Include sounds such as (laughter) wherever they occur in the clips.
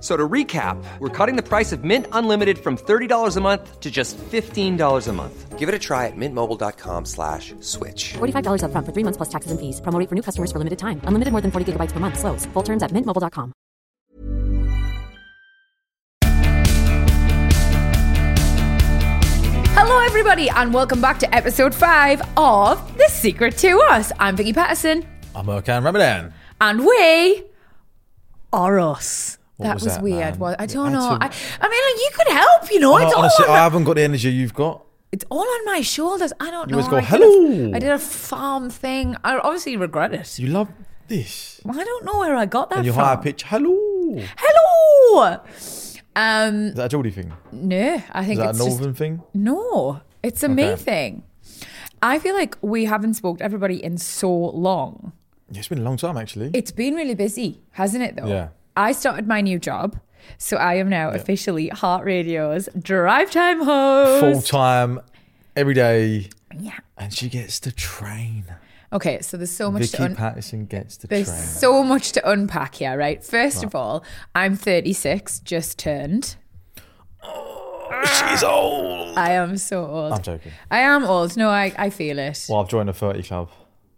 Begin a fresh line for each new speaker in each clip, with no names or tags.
So to recap, we're cutting the price of Mint Unlimited from $30 a month to just $15 a month. Give it a try at mintmobile.com slash switch.
$45 upfront for three months plus taxes and fees. Promo rate for new customers for limited time. Unlimited more than 40 gigabytes per month. Slows. Full terms at mintmobile.com.
Hello, everybody, and welcome back to episode five of The Secret to Us. I'm Vicky Patterson,
I'm Okan Ramadan.
and we are us.
What
that
was
was,
that,
weird.
man?
Well, I
You had
don't know.
to-
I, I mean, like, you could help, you know.
No,
it's,
honestly,
all on,
I haven't got the energy you've got.
it's all on my shoulders. I don't
You
know.
always go,
I did a-
"Hello."
I did a farm thing. I obviously regret it.
You love this.
I don't know where I got that
And your
from.
high pitch, hello. Is
Hello. Um,
that a Geordie thing?
no, I
Is
think
that a
it's just
Northern thing?
No, it's a me
Okay.
thing. I feel like we haven't spoke to everybody in so long.
Yeah, it's been a long time, actually.
It's been really busy, hasn't it though?
Yeah.
I started my new job. So I am now officially Heart Radio's drive time host.
Full time, every day.
Yeah.
And she gets the train.
Okay, so there's so much
Vicky
to un-
Patterson gets the
there's
train.
so much to unpack here, right? First of all, I'm 36, just turned.
She's old.
I am so old.
I'm joking.
I am old. No, I, I feel it.
Well, I've joined the 30 club.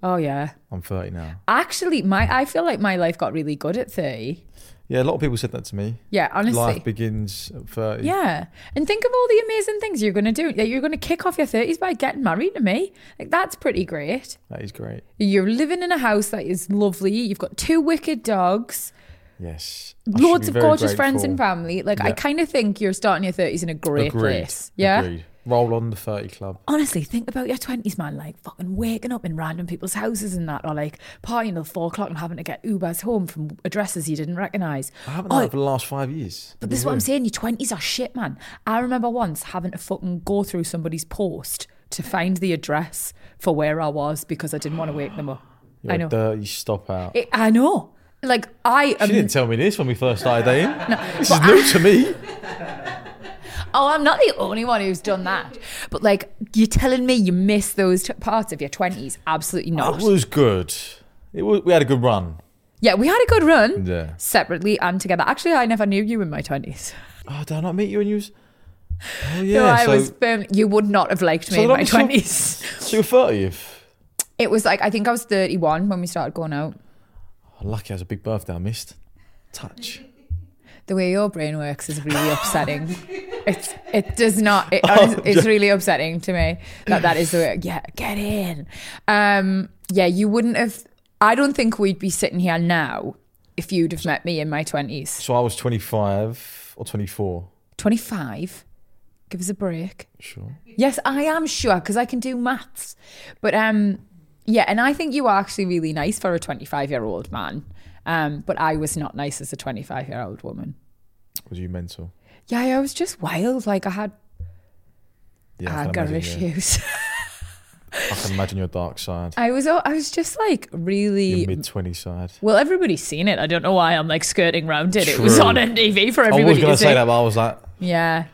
Oh yeah.
I'm 30 now.
Actually, my I feel like my life got really good at 30.
Yeah, a lot of people said that to me.
Yeah, honestly.
Life begins at 30.
Yeah. And think of all the amazing things you're going to do. Yeah, You're going to kick off your 30s by getting married to me. Like, that's pretty great.
That is great.
You're living in a house that is lovely. You've got two wicked dogs,
Yes. I should
loads
be
of
very
gorgeous friends and
grateful.
family. Like, I
Yeah.
kind of think you're starting your 30s in a great
Agreed.
place. Yeah.
Agreed. Roll on the 30 club.
Honestly, think about your 20s, man. Like, fucking waking up in random people's houses and that, or like partying till four o'clock and having to get Ubers home from addresses you didn't recognize.
I haven't
Oh,
done that for the last five years.
But this is what I'm saying. Your twenties are shit, man. I remember once having to fucking go through somebody's post to find the address for where I was because I didn't want to wake them up.
(gasps) You're
I know.
a dirty stop out.
It- I know. Like I.
She
Um,
didn't tell me this when we first started
(laughs)
dating. this is new to me.
oh, I'm not the only one who's done that. But like, you're telling me you miss those t- parts of your twenties? Absolutely not.
It was good. It was, we had a good run.
yeah, we had a good run.
Yeah.
Separately and together. Actually, I never knew you in my twenties. (laughs)
Oh, did I not meet you and you was? Oh yeah.
No, I
so,
was firm. You would not have liked me
So
in
that
my
was some-
twenties. (laughs)
so you're thirtieth.
It was like I think I was 31 when we started going out.
Oh, Lucky, I was a big birthday I missed. Touch.
the way your brain works is
(laughs)
really upsetting. It's it does not.
Oh,
It, honest- it's really upsetting to me that that is the way. Yeah, get in. Um, yeah, you wouldn't have. I don't think we'd be sitting here now if you'd have met me in my twenties.
So I was 25 or 24.
Twenty-five. Give us a break.
Sure.
Yes, I am sure because I can do maths. But um, yeah, and I think you are actually really nice for a twenty-five-year-old man. Um, but I was not nice as a twenty-five-year-old woman.
Was you mental?
Yeah, I was just wild. Like I had
Yeah. I
anger
can, imagine, yeah.
issues. (laughs)
I can imagine your dark side.
I was I was just like really
Your mid 20 side.
well. Everybody's seen it. I don't know why I'm like skirting round it. It was
True.
on NTV for
I was
everybody
going
to
to
see.
say that, but I was like,
Yeah,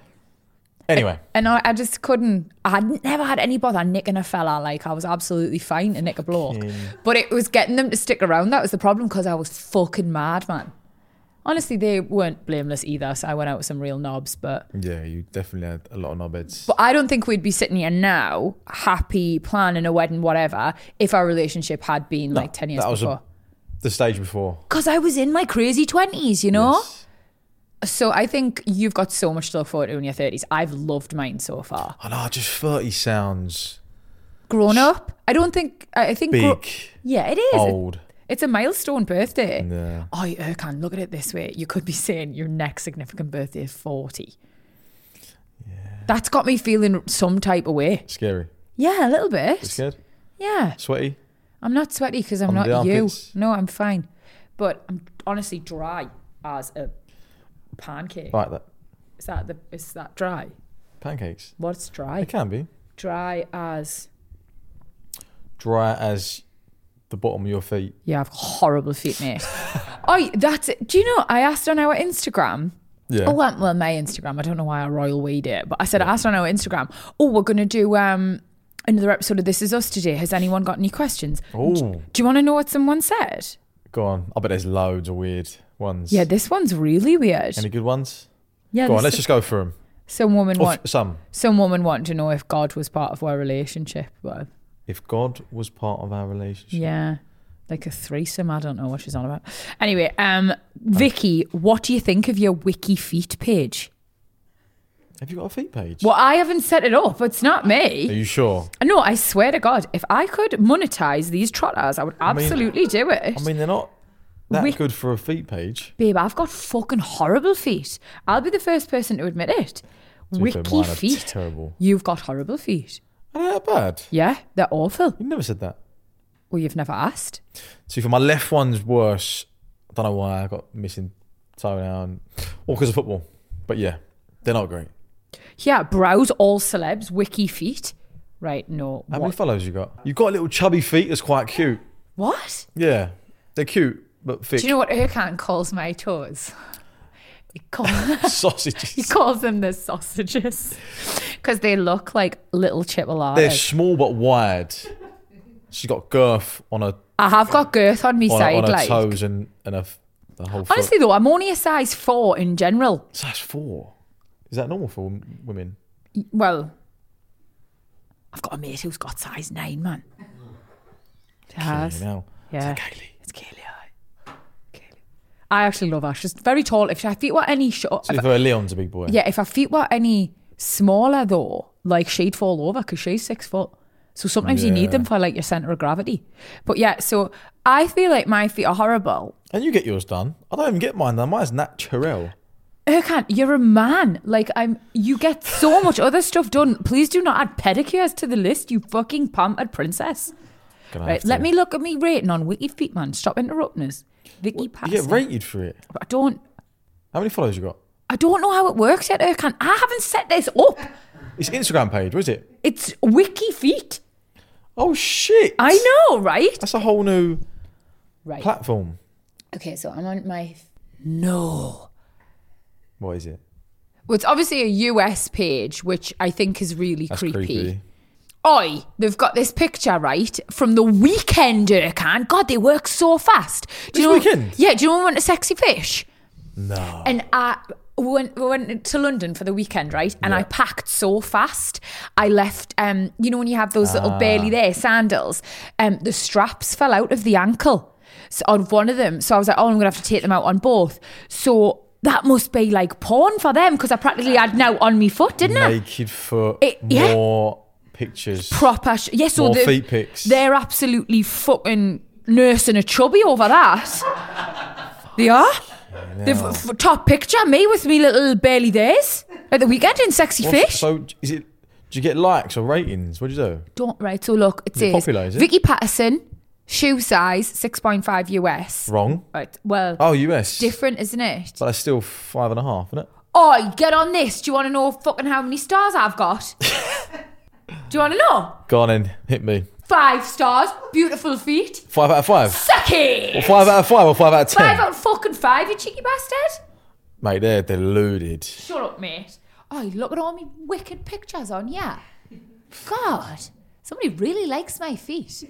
anyway.
and I, I just couldn't. I had never had any bother nicking a fella. Like I was absolutely fine to nick a bloke, but it was getting them to stick around that was the problem because I was fucking mad, man. Honestly, they weren't blameless either. So I went out with some real knobs, but
Yeah, you definitely had a lot of knobheads.
But I don't think we'd be sitting here now, happy, planning a wedding, whatever, if our relationship had been like 10 years
that was a-
before.
the stage before.
Because I was in my crazy 20s, you know?
Yes.
So I think you've got so much to look forward to in your 30s. I've loved mine so far.
I know, just 30 sounds
Grown up, I don't think, I I think. gro-
big,
yeah, it is.
old.
It's a milestone birthday.
Oh. Yeah.
Oh, Erkan, look at it this way. You could be saying your next significant birthday is 40. That's got me feeling some type of way.
Scary.
Yeah, a little
You
bit.
scared?
Yeah.
Sweaty?
I'm not sweaty because I'm
Under the
not you.
armpits.
No, I'm fine. But I'm honestly dry as a pancake.
Like that.
Is that the is that dry?
Pancakes?
What's dry?
It can be.
Dry as
Dry as the bottom of your feet.
you have horrible
(laughs)
feet, mate. oh, that's it. Do you know? I asked on our Instagram.
Yeah.
Oh, well, well, my Instagram. I don't know why I royal weed it, but I said I asked on our Instagram. Oh, we're gonna do um another episode of This Is Us today. Has anyone got any questions?
Ooh.
Do you want to know what someone said?
Go on. I bet there's loads of weird ones.
Yeah, this one's really weird.
Any good ones?
yeah,
Go on,
this-
let's just Oh, go through them.
some woman
Or f-
want
some.
some woman wanted to know if God was part of our relationship. Well,
If God was part of our relationship.
yeah, like a threesome. I don't know what she's on about. Anyway, um, Vicky, what do you think of your wiki feet page?
Have you got a feet page?
Well, I haven't set it up. It's not
Are
me.
you sure?
No, I swear to God, if I could monetize these trotters, I would
mean-
absolutely do it.
I mean, they're not that
We-
good for a feet page.
Babe, I've got fucking horrible feet. I'll be the first person to admit it.
be fair,
Wiki
mine are
feet.
terrible.
You've got horrible feet.
Are they that bad?
Yeah, they're awful.
You never said that.
Well, you've never asked.
See, for my left one's worse. I don't know why I got missing toenail and all because of football. But yeah, they're not great.
Yeah, browse all celebs, wiki feet. Right, no.
How
what?
many follows you got? You've got little chubby feet. That's quite cute.
what?
Yeah, they're cute but thick.
Do you know what Erkan calls my toes? He, call- (laughs) he
(laughs) Sausages.
calls them the sausages because they look like little
They're
chipolatas.
small but wide. She's got girth on her
I have got girth on me
on, her-
side,
on her
like.
toes and and her, f- the whole. foot.
Honestly, though, I'm only a size four in general.
So that's four. Is that normal for wom- women?
Well, I've got a mate who's got size nine, man. She has.
You know.
Yeah.
Kaylee.
It's Kaylee. aye. Kaylee. I actually love her. She's very tall. If her feet were any short,
So if her Leon's a big boy.
yeah, if her feet were any smaller though, like she'd fall over because she's six foot. So sometimes you need them for like your center of gravity. But yeah, so I feel like my feet are horrible.
And you get yours done. I don't even get mine done. Mine's natural.
Erkan, you're a man. Like I'm, you get so much other stuff done. Please do not add pedicures to the list. You fucking pampered princess.
Gonna have
Right,
to.
let me look at me rating on Wiki Feet, man. Stop interrupting us. Vicky
You
Pastor.
get rated for it.
I don't.
How many followers you got?
I don't know how it works yet, Erkan. I haven't set this up.
It's Instagram page, was it?
It's Wiki Feet.
Oh shit!
I know, right?
That's a whole new
Right.
platform.
okay, so I'm on my. No.
What is it?
Well, it's obviously a US page, which I think is really
That's
creepy.
creepy.
Oi, they've got this picture, right, from the weekend, Erkan. God, they work so fast. Do you know,
This weekend?
Yeah, do you know when I went to Sexy Fish?
No.
And I we went, we went to London for the weekend, right? And I packed so fast. I left, um, you know, when you have those
Ah.
little barely there sandals, um, the straps fell out of the ankle so on one of them. So I was like, oh, I'm going to have to take them out on both. So that must be like porn for them because I practically had now on me foot, didn't I?
Naked foot.
It- yeah.
More pictures.
proper. Sh- yes,
More
so the,
feet pics.
They're absolutely fucking nursing a chubby over that. they are. They've f- top picture me with me little barely days at the weekend in sexy
What's-
fish.
So is it? Do you get likes or ratings? What do you do?
Don't right. So look, it
Is it
says
popular, is it?
Vicky Patterson, shoe size six point five US.
Wrong.
Right. Well,
Oh, US.
different, isn't it?
But that's still five and a half, isn't it?
Oh, get on this. Do you want to know fucking how many stars
(laughs)
I've got? Do you want to know?
Go on in. Hit me.
Five stars, beautiful feet,
Five out of five.
suck it.
Or five out of five or five out of ten.
Five out of fucking five, you cheeky bastard.
Mate, they're deluded.
Shut up, mate. Oh, look at all my wicked pictures on yeah. God, somebody really likes my feet.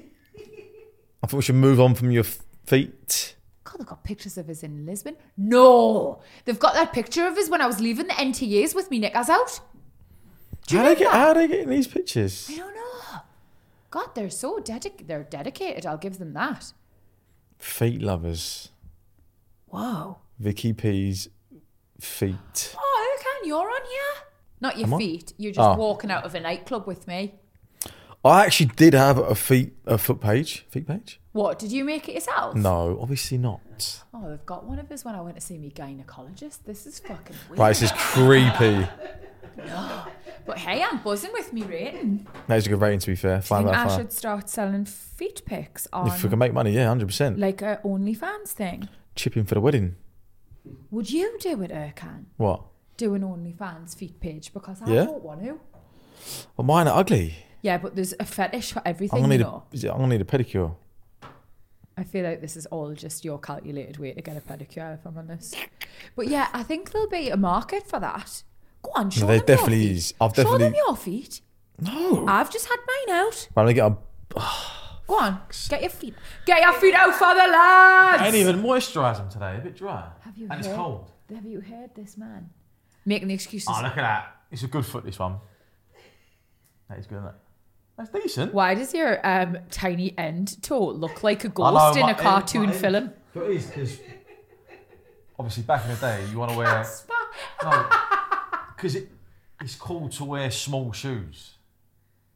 I think we should move on from your f- feet.
God, they've got pictures of us in Lisbon. No, they've got that picture of us when I was leaving the NTAs with me knickers out. Do you
How they get?
remember?
How they getting these pictures?
I don't know. God, they're so dedicated. They're dedicated. I'll give them that.
Feet lovers.
Whoa.
Vicky P's feet.
Oh, Erkan, you're on here. Not your
Am I?
feet. You're just
Oh.
walking out of a nightclub with me.
I actually did have a feet a foot page. Feet page?
What did you make it yourself?
No, obviously not.
Oh, they've got one of us when I went to see my gynecologist. This is fucking weird.
Right, this is creepy.
But hey, I'm buzzing with me rating.
That is a good rating to be fair.
I
Five out
think
of
I should
five.
start selling feet pics
If we
on
can make money, yeah, hundred percent.
like a OnlyFans thing.
Chip in for the wedding.
Would you do it, Erkan?
What?
Do an OnlyFans feet page because I
Yeah.
don't want to.
Well, mine are ugly.
Yeah, but there's a fetish for
I'm
everything.
gonna need
you
a,
know?
yeah, I'm gonna need a pedicure.
I feel like this is all just your calculated way to get a pedicure, if I'm honest. But yeah, I think there'll be a market for that. Go on, show
there
them your
definitely
feet.
is. I've
Show them
definitely-
your feet. No. I've just had mine out.
But I'm gonna get a
Go on, get your feet. Get your feet out for the lads.
even moisturise them today. A bit dry.
Have you heard, Have you heard this man making the excuses?
Oh, at that. It's a good foot. This one. That is good. Isn't it? That's decent.
Why does your um, tiny end toe look like a ghost in a cartoon film?
It is because obviously back in the day you want to wear because it it's cool to wear small shoes.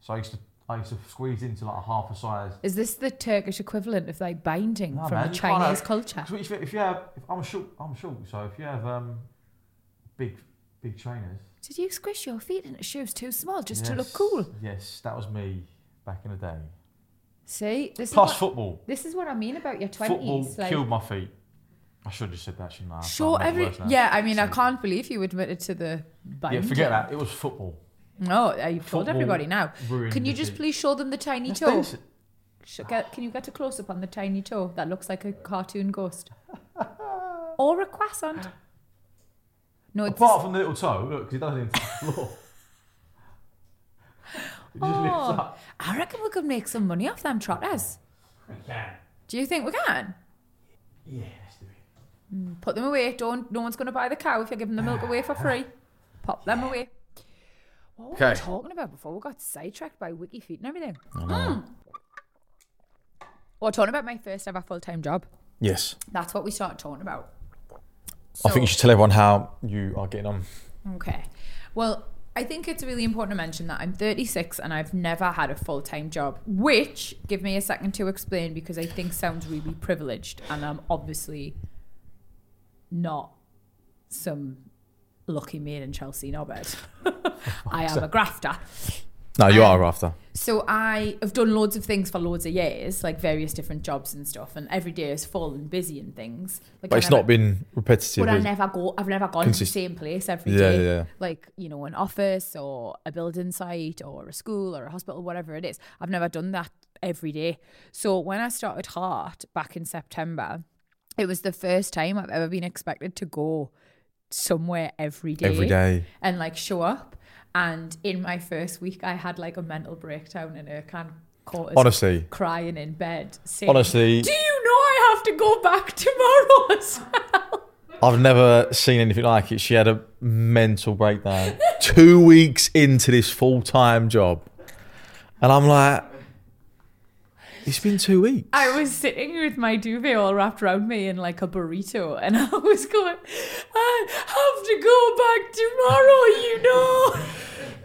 So I used to I used to squeeze into like a half a size.
Is this the Turkish equivalent of like binding
Nah,
from
man,
a
you can't
Chinese
have-
culture?
'cause If you, if you have, if I'm short, I'm short. So if you have um, big big trainers,
Did you squish your feet into shoes too small just to look
yes,
cool?
Yes, that was me back in the day.
See, this
Plus
is what,
football,
this is what I mean about your
football
twenties. Like,
killed my feet. I should have just said that, shouldn't I? I've
sure,
done nothing
every
worse now.
yeah. I mean, I can't believe you admitted to the binding.
Yeah, forget that. It was football.
No, uh, you've told
Football
everybody now.
ruined
Can you
the
just
feet.
please show them the tiny
That's
toe?
decent.
Sh- get- can you get a close up on the tiny toe that looks like a
(laughs)
cartoon ghost? or a croissant? No, it's
Apart from the little toe, look, because it doesn't even touch the (laughs) floor. It
Oh.
just lifts up.
I reckon we could make some money off them trotters. Do you think we can?
Yeah, let's do it.
Put them away. Don't. No one's going to buy the cow if you're giving the milk away for free. Pop them away. What were we
Okay.
talking about before we got sidetracked by wiki feet and everything? Mm. We're talking about my first ever full time job.
Yes.
That's what we started talking about.
I think you
So-
should tell everyone how you are getting on.
Okay. Well, I think it's really important to mention that I'm 36 and I've never had a full time job, which, give me a second to explain because I think sounds really privileged and I'm obviously not some lucky maid in
(laughs)
Chelsea Norbert. I am a grafter.
No, you are after.
So I have done loads of things for loads of years, like various different jobs and stuff, and every day is full and busy and things. Like
But
I
it's
never-
not been repetitive.
but I
is it?
never go. I've never gone to the
Consist-
same place every day.
Yeah, yeah, yeah.
Like you know, an office or a building site or a school or a hospital, whatever it is. I've never done that every day. So when I started Heart back in September, it was the first time I've ever been expected to go somewhere every day.
Every day.
And like show up. And in my first week, I had like a mental breakdown in Erkan quarters.
Honestly.
Crying in bed. Saying,
Honestly,
Do you know I have to go back (laughs) tomorrow as well?
I've never seen anything like it. She had a mental breakdown (laughs) two weeks into this full time job. And I'm like, it's been two weeks.
I was sitting with my duvet all wrapped around me in like a burrito, and (laughs) I was going, I have to go back tomorrow, you know.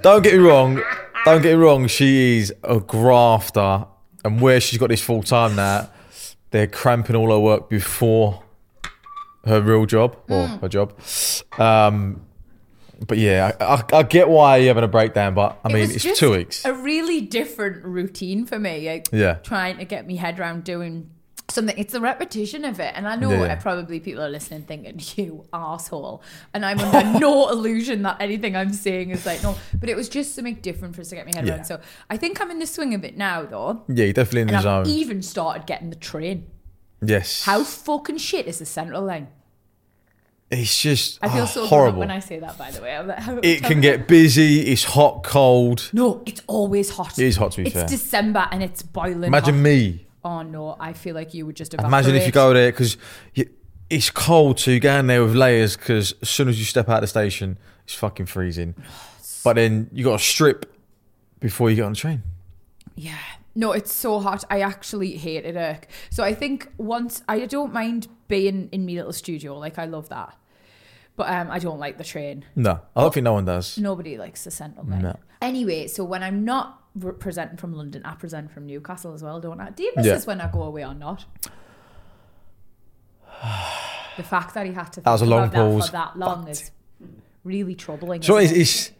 Don't get me wrong. Don't get me wrong. She is a grafter, and where she's got this full time now, they're cramping all her work before her real job or
Mm.
her job. Um, but yeah, I, I, I get why you're having a breakdown, but I mean,
was
it's
just
two weeks.
A really different routine for me. Like,
Yeah.
Trying to get my head around doing something. It's the repetition of it. And I know
Yeah, yeah.
probably people are listening thinking, (laughs) you asshole. And
(laughs)
I'm under no illusion that anything I'm saying is like, no. But it was just something different for us to get my head
Yeah.
around. So I think I'm in the swing of it now, though.
yeah, you're definitely in
And
the
I've
zone.
even started getting the train.
yes.
How fucking shit is the central line?
It's just
I feel
oh,
so grown up
horrible.
when I say that. By the way, (laughs) I'm like, how-
it can get busy. It's hot, cold.
no. It's always hot.
It is hot, to be
it's
fair.
December and it's boiling.
Imagine
hot.
me.
Oh no, I feel like you would just evaporate.
Imagine if you go there because it's cold, so you go in there with layers. Because as soon as you step out the station, it's fucking
(sighs)
freezing. But then you got to strip before you get on the train.
Yeah. No, it's so hot. I actually hate it, Irk. So I think once I don't mind being in my little studio, like I love that, but um, I don't like the train.
No, I don't think no one does.
Nobody likes the central line. Anyway, so when I'm not re- present from London. I present from Newcastle as well, don't I? Do you miss
Yeah.
us when I go away or not? (sighs) the fact that he had to think
That was a long
about
pause.
that for that long is really troubling.
Do you know what,
isn't
it's, it's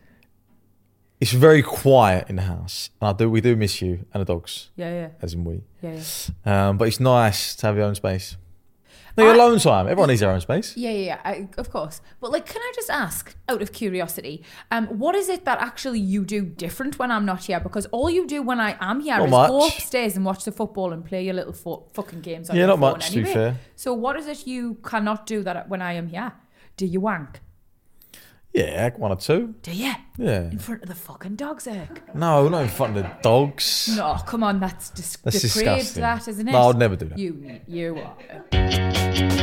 it's very quiet in the house, and I do we do miss you and the dogs,
it? yeah, yeah,
as in we.
yeah, yeah.
Um, but it's nice to have your own space. No, your
I-
alone time. Everyone needs their own space.
Yeah, yeah, yeah, I, of course. But like, can I just ask, out of curiosity, um, what is it that actually you do different when I'm not here? Because all you do when I am here
Not
is
much.
go upstairs and watch the football and play your little fo- fucking games. On
Yeah,
your
not
phone
much, to be
Anyway.
fair.
So what is it you cannot do that when I am here? Do you wank?
Yeah, one or two.
Do you?
Yeah.
In front of the fucking dogs, Eric.
No, not in front of the dogs.
No, come on, that's, dis-
That's
depraved,
disgusting.
that, isn't it?
No, I would never do that.
You, you are.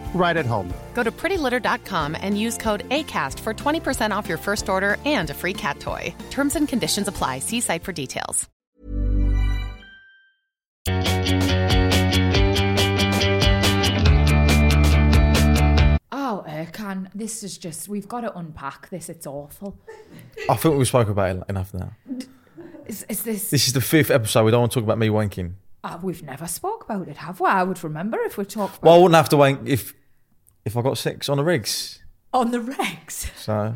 right at home.
Go to prettylitter.com and use code ACAST for 20% off your first order and a free cat toy. Terms and conditions apply. See site for details.
Oh, Erkan, this is just, we've got to unpack this. It's awful.
I think we spoke about it enough now.
Is, is this.
This is the fifth episode. We don't want to talk about me wanking.
Uh, we've never spoke about it, have we? I would remember if we talked about
Well, I wouldn't have to wank if if I got six on the rigs.
on the regs. (laughs)
So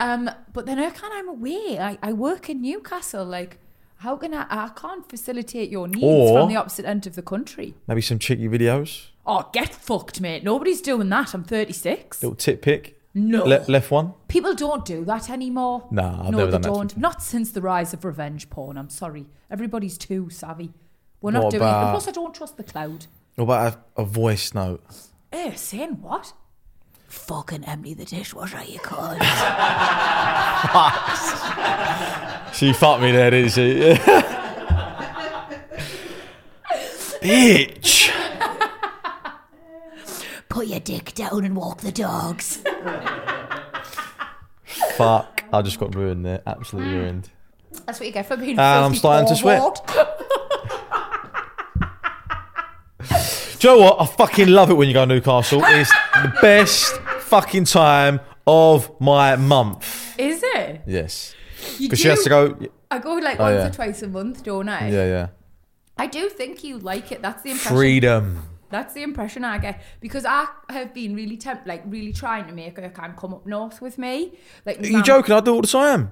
Um, but then how can I'm away? I, I work in Newcastle. Like, how can I? I can't facilitate your needs
Or-
from the opposite end of the country.
maybe some cheeky videos.
Oh, get fucked, mate. Nobody's doing that. I'm 36.
Little tit pick.
No.
Le- left one.
People don't do that anymore.
Nah, I've
no,
never
they
done that
don't.
before.
Not since the rise of revenge porn. I'm sorry. Everybody's too savvy. We're not
What
doing it.
about-
And plus, I don't trust the cloud.
What about a, a voice note?
Eh, saying what? Fucking empty the dishwasher, you cunt.
She fucked me there, didn't she? (laughs) Bitch.
put your dick down and walk the dogs.
Fuck. I just got ruined there. Absolutely ruined.
That's what you get for being.
And Ah, I'm
filthy
starting to sweat.
forward.
Do you know what? I fucking love it when you go to Newcastle. It's
(laughs)
the best fucking time of my month.
Is it?
Yes.
You
Because she has to go.
I go like
Oh,
once
yeah.
or twice a month, don't I?
Yeah, yeah.
I do think you like it. That's the impression.
Freedom.
That's the impression I get because I have been really temp, like really trying to make her kind of come up north with me. Like
Are
mum,
you joking? I do it all the time.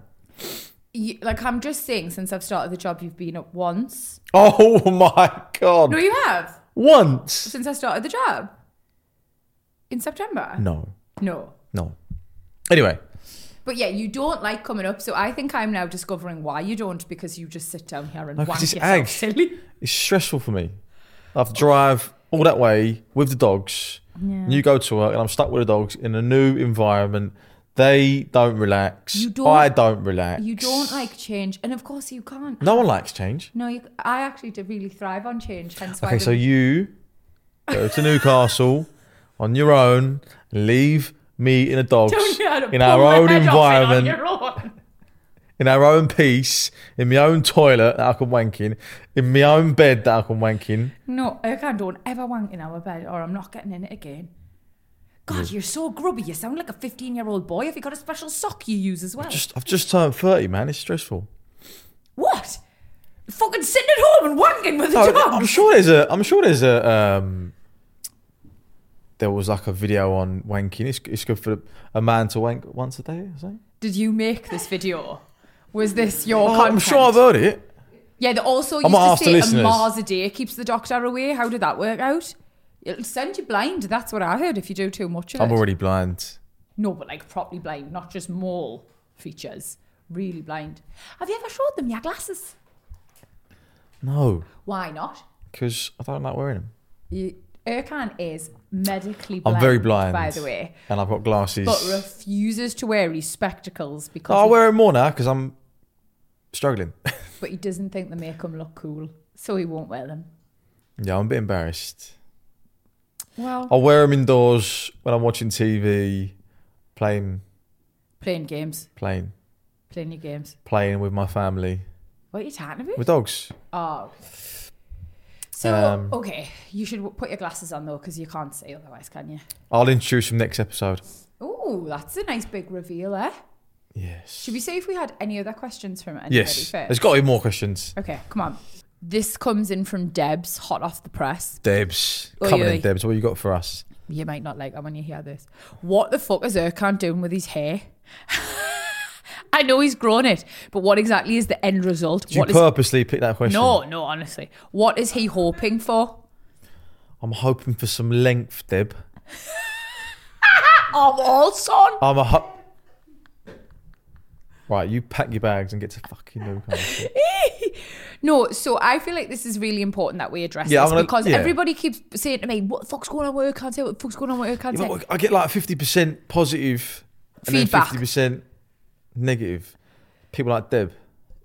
you- like I'm just saying, since I've started the job, you've been up once.
(laughs) Oh my
No,
god.
you have (laughs)
Once.
since I started the job in September.
No.
No.
No. Anyway.
But yeah, you don't like coming up, so I think I'm now discovering why you don't because you just sit down here and
No, 'cause
whack
it's
yourself
ag. (laughs)
silly.
It's stressful for me. I have to drive all that way with the dogs. And you go to work, and I'm stuck with the dogs in a new environment. They don't relax.
You don't-
I don't relax.
You don't like change, and of course you can't.
No one likes change.
No, you, I actually did really thrive on change. Hence why.
Okay, so
the-
you go to Newcastle on your own, and leave me and the dogs
(laughs) Don't you how to
in our
pull the
own
head off it on
environment,
your own?
in our own peace, in my own toilet that I can wank in, in my own bed that I can wank in.
No, okay, don't ever wank in our bed, or I'm not getting in it again. God, you're so grubby. You sound like a 15 year old boy. Have you got a special sock you use as well?
Just, I've just turned 30, man. It's stressful.
What? Fucking sitting at home and wanking with the
No,
dog.
Oh, I'm sure there's a. I'm sure there's a. Um, there was like a video on wanking. It's, it's good for a man to wank once a day. I think.
Did you make this video? Was this your
Oh,
content?
I'm sure I've heard it.
Yeah, they also
I'm
used
gonna
to
ask the
say
listeners.
a Mars a day keeps the doctor away. How did that work out? It'll send you blind. That's what I heard if you do too much of
I'm
it.
already blind.
No, but like properly blind, not just mole features. Really blind. Have you ever showed them your glasses?
No,
Why not?
because I don't like wearing them.
You, Erkan is medically
I'm
blind.
very blind,
By the way.
and I've got glasses.
But refuses to wear his spectacles because
No, I
he-
wear them more now because I'm struggling. (laughs)
But he doesn't think they make him look cool, so he won't wear them.
yeah, I'm a bit embarrassed.
Well,
I'll wear them indoors when I'm watching TV, playing,
playing games,
playing,
playing your games.
playing with my family,
What are you talking about?
with dogs.
Oh. So,
Um,
okay, you should w- put your glasses on though, because you can't see otherwise, can you?
I'll introduce them next episode.
Oh, that's a nice big reveal, eh?
Yes.
Should we see if we had any other questions from anybody
Yes. There's
first?
got to be more questions.
Okay, come on. This comes in from Debs, hot off the press.
Debs,
Oi,
coming
oi.
in, Debs. What you got for us?
You might not like that when you hear this. What the fuck is Erkan doing with his hair? (laughs) I know he's grown it, but what exactly is the end result?
Did
What
you
is
purposely pick that question?
no, no, honestly, what is he hoping for?
I'm hoping for some length, Deb.
I'm all Oh, son.
I'm a ho- Right, you pack your bags and get to fucking do kind of shit.
No, so I feel like this is really important that we address
Yeah, I'm
this
gonna-
because
yeah.
everybody keeps saying to me, "What the fuck's going on with Erkan's hair? What the fuck's going on with Erkan's
Yeah,
hair?"
but I get like 50% positive
Feedback.
and then 50% negative. People like Deb.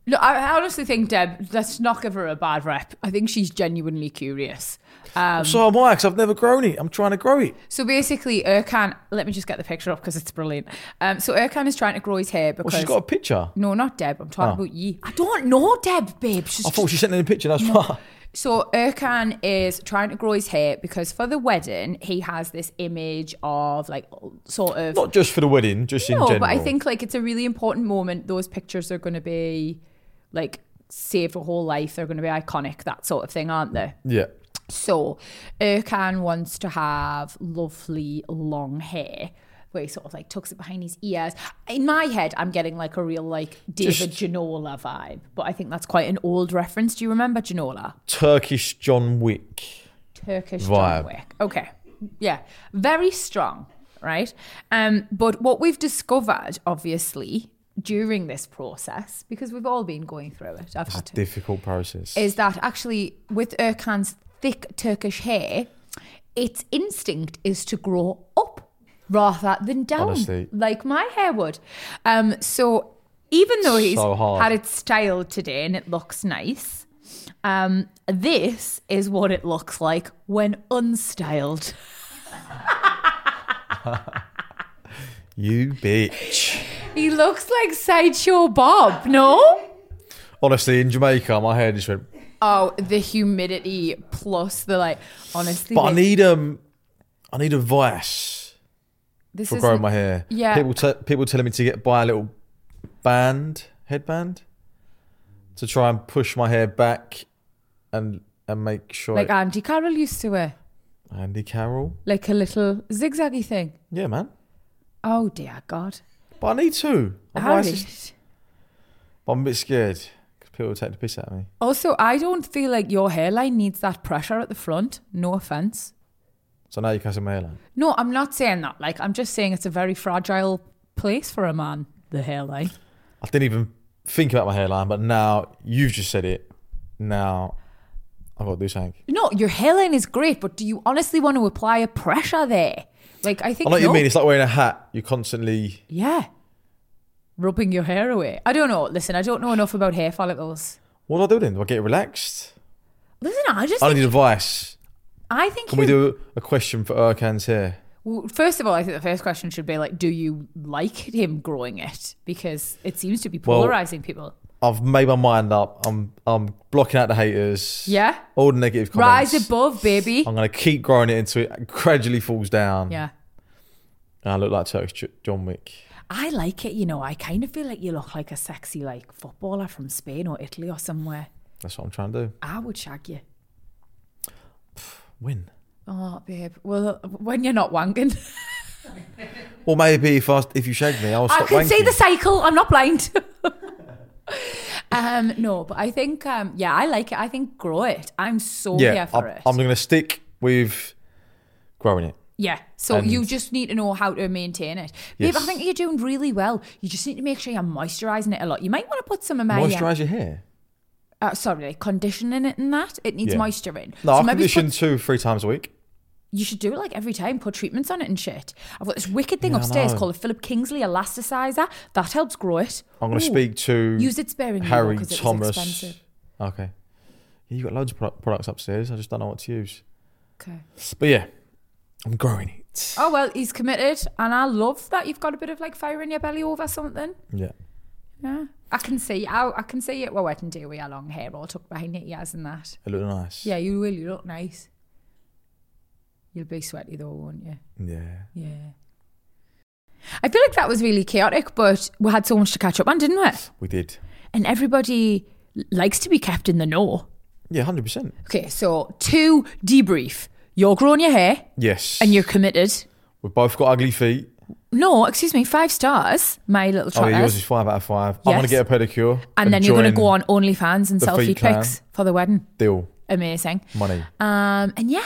Look, I I honestly think Deb, let's not give her a bad rep. I think she's genuinely curious. Um,
so am I, because I've never grown it. I'm trying to grow it.
So basically, Erkan, let me just get the picture up because it's brilliant. Um, so Erkan is trying to grow his hair
Well,
because
she's got a picture.
no, not Deb. I'm talking
Oh.
about ye. I don't know Deb, babe. She's
I thought she sent in a picture, that's why.
So Erkan is trying to grow his hair because for the wedding he has this image of like sort of
Not just for the wedding, just in
no,
general.
but I think like it's a really important moment. Those pictures are going to be like saved for whole life. They're going to be iconic, that sort of thing, aren't they?
Yeah.
So Erkan wants to have lovely long hair. Where he sort of like tucks it behind his ears. In my head, I'm getting like a real like David Janola vibe, but I think that's quite an old reference. Do you remember Janola?
Turkish John Wick.
Turkish
Vibe.
John Wick. Okay. Yeah. Very strong, right? Um, but what we've discovered, obviously, during this process, because we've all been going through it, I've had to,
Difficult process.
is that actually with Erkan's thick Turkish hair, its instinct is to grow up rather than down,
Honestly.
like my hair would. Um, so even though he's
So hard.
had it styled today and it looks nice, um, this is what it looks like when unstyled. (laughs)
you bitch.
He looks like Sideshow Bob, no?
Honestly, in Jamaica, my hair just went.
Oh, the humidity plus the like, honestly.
But I
this-
need um, I need advice
this
for
is-
growing my hair.
Yeah.
People te- people telling me to get buy a little band headband to try and push my hair back and and make sure.
Like uh Andy Carroll used to wear.
Andy Carroll.
like a little zigzaggy thing.
Yeah, man.
Oh dear God,
But I need to. Otherwise,
Harry.
it's- but I'm a bit scared because people will take the piss at me.
Also, I don't feel like your hairline needs that pressure at the front. No offense.
So now you can see my hairline.
No, I'm not saying that. Like, I'm just saying it's a very fragile place for a man. The hairline.
I didn't even think about my hairline, but now you've just said it. Now I've got to do something.
No, your hairline is great, but do you honestly want to apply a pressure there? Like, I think.
I know what
no.
you mean. It's like wearing a hat. You're constantly.
yeah. Rubbing your hair away. I don't know. Listen, I don't know enough about hair follicles.
What do I do then? Do I get relaxed?
Listen, I just.
I
Think,
need advice.
I think.
Can we
you-
do a question for Erkan's hair?
Well, first of all, I think the first question should be like, do you like him growing it? Because it seems to be
Well-
polarizing people.
I've made my mind up. I'm I'm blocking out the haters.
Yeah.
All the negative comments.
Rise above, baby.
I'm gonna keep growing it until it gradually falls down.
Yeah.
And I look like Turkish J- John Wick.
I like it, you know. I kind of feel like you look like a sexy, like, footballer from Spain or Italy or somewhere.
That's what I'm trying to do.
I would shag you.
Win.
Oh, babe. Well, when you're not (laughs) wanking.
Well, maybe if I, if you shag me, I'll
I
stop.
can see
wanking.
the cycle. I'm not blind. (laughs) um, no, but I think, um, yeah, I like it. I think grow it. I'm so here
Yeah.
for
I'm,
it.
I'm gonna stick with growing it.
Yeah. So
And-
you just need to know how to maintain it. Babe, I
Yes.
think you're doing really well. You just need to make sure you're moisturising it a lot. You might want to put some of my uh,
Moisturize your hair.
uh, sorry, like conditioning it and that. It needs
Yeah.
moisturing.
No, I
maybe
condition
put-
two three times a week.
you should do it like every time, put treatments on it and shit. I've got this wicked thing
Yeah, I
upstairs
know.
called a Philip Kingsley elasticizer. That helps grow it.
I'm going
Ooh.
to speak to
Use it sparingly, though,
Harry
'cause it was
Thomas.
expensive.
okay. Yeah, you got loads of pro- products upstairs. I just don't know what to use.
Okay.
But yeah, I'm growing it.
Oh well, he's committed, and I love that you've got a bit of like fire in your belly over something.
Yeah.
Yeah, I can see. I, I can see it. Well, wedding day with your long hair all tucked behind your ears and that.
It looked nice.
Yeah, you really look nice. You'll be sweaty though, won't you?
Yeah.
Yeah. I feel like that was really chaotic, but we had so much to catch up on, didn't we?
We did.
And everybody likes to be kept in the know.
Yeah, 100%.
Okay, so to debrief, you're growing your hair
Yes.
and you're committed.
We've both got ugly feet.
No, excuse me, five stars, my little
Oh,
trotters.
yeah, yours is five out of five. I'm going to
Yes.
get a pedicure.
and, then you're going to
join
go on OnlyFans and
the
sell
feed
feed
plan.
pics for the wedding.
Deal.
Amazing. (gasps)
Money.
Um, and yeah,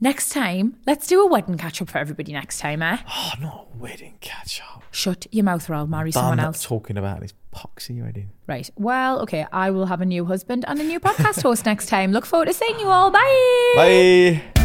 next time, let's do a wedding catch up for everybody next time, eh?
Oh, not a wedding catch up.
Shut your mouth or I'll marry
Done
someone else.
talking about this poxy wedding.
Right. Well, okay, I will have a new husband and a new podcast host next time. Look forward to seeing you all. Bye.
Bye.